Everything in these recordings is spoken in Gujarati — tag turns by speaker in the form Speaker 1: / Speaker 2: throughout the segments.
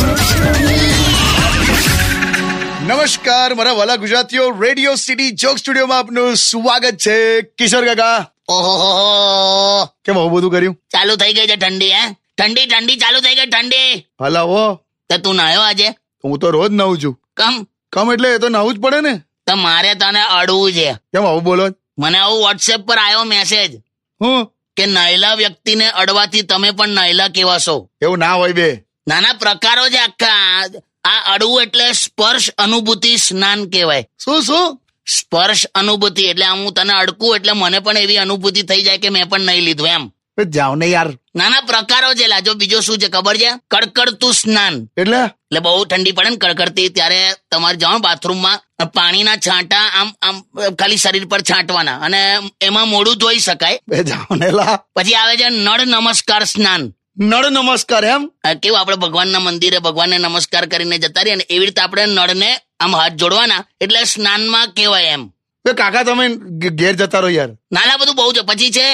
Speaker 1: Joke Studio.
Speaker 2: નમસ્કાર મારા વાલા ગુજરાતીઓ રેડિયો સિટી જોક સ્ટુડિયોમાં આપનું સ્વાગત છે કિશોર કાકા
Speaker 3: ઓહો
Speaker 2: કેમ આવું બધું કર્યું
Speaker 3: ચાલુ થઈ ગઈ છે ઠંડી હે ઠંડી ઠંડી ચાલુ થઈ ગઈ ઠંડી
Speaker 2: હલાવો
Speaker 3: તો તું નાયો આજે
Speaker 2: હું તો રોજ નવું છું
Speaker 3: કમ
Speaker 2: કમ એટલે એ તો નવું જ પડે ને
Speaker 3: તો મારે તને અડવું છે
Speaker 2: કેમ આવું બોલો છો?
Speaker 3: મને આવું વોટ્સએપ પર આવ્યો મેસેજ
Speaker 2: હું
Speaker 3: કે નહેલા વ્યક્તિને અડવાથી તમે પણ નહેલા કેવા છો
Speaker 2: એવું ના હોય બે
Speaker 3: નાના પ્રકારો છે આખા આ અડવું એટલે સ્પર્શ અનુભૂતિ સ્નાન કહેવાય
Speaker 2: શું શું
Speaker 3: સ્પર્શ અનુભૂતિ એટલે આમ હું તને અડકું એટલે મને પણ એવી અનુભૂતિ થઈ જાય કે મેં પણ નહીં લીધું એમ
Speaker 2: એ જાવ ને યાર
Speaker 3: નાના પ્રકારો છે લાજો બીજો શું છે ખબર છે કડકડતું સ્નાન
Speaker 2: એટલે
Speaker 3: એટલે બહુ ઠંડી પડે ને કડકડતી ત્યારે તમારે જવાનું બાથરૂમમાં પાણીના છાંટા આમ આમ ખાલી શરીર પર છાંટવાના અને એમાં મોડું ધોઈ શકાય
Speaker 2: બે જાવ ને લા
Speaker 3: પછી આવે છે નળ નમસ્કાર સ્નાન
Speaker 2: નળ નમસ્કાર એમ
Speaker 3: આ કેવું આપણે ભગવાનના મંદિરે ભગવાનને નમસ્કાર કરીને જતા રહીએ ને એવી રીતે આપણે નળને આમ હાથ જોડવાના એટલે સ્નાનમાં કહેવાય એમ
Speaker 2: બે કાકા તમે ઘે- ઘેર જતા રહો યાર
Speaker 3: નાના બધું બહુ છે પછી છે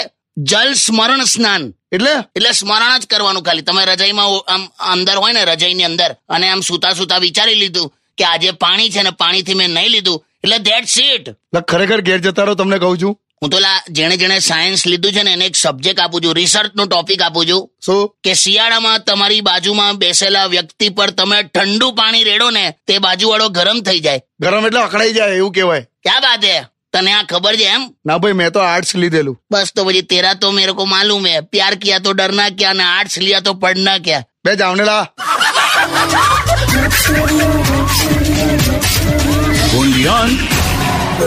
Speaker 3: જલ સ્મરણ સ્નાન
Speaker 2: એટલે
Speaker 3: એટલે સ્મરણ જ કરવાનું ખાલી તમે રજાઈમાં ઓ- આમ અંદર હોય ને રજાઈની અંદર અને આમ સુતા સુતા વિચારી લીધું કે આજે પાણી છે ને પાણીથી મેં નહીં લીધું એટલે ધેટ્સ ઇટ
Speaker 2: લા, ખરેખર ઘેર જતા રહો તમને કહું છું
Speaker 3: હું તો લા જેણે જેણે સાયન્સ લીધું છે ને એને એક સબ્જેક્ટ આપું છું રિસર્ચનો ટોપિક આપું છું
Speaker 2: શું
Speaker 3: કે શિયાળામાં તમારી બાજુમાં બેસેલા વ્યક્તિ પર તમે ઠંડુ પાણી રેડો ને તે બાજુવાળો ગરમ થઈ જાય
Speaker 2: ગરમ એટલે અકળાઈ જાય એવું કહેવાય
Speaker 3: ક્યાં બાત હે તને આ ખબર છે એમ
Speaker 2: ના ભાઈ મેં તો આર્ટ્સ લીધેલું
Speaker 3: બસ તો પછી તેરા તો મેરે કો માલુમ હે પ્યાર કિયા તો ડરના ક્યા અને આર્ટ્સ લિયા તો પડના ક્યા
Speaker 2: બે જાવ ને લા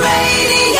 Speaker 1: Radio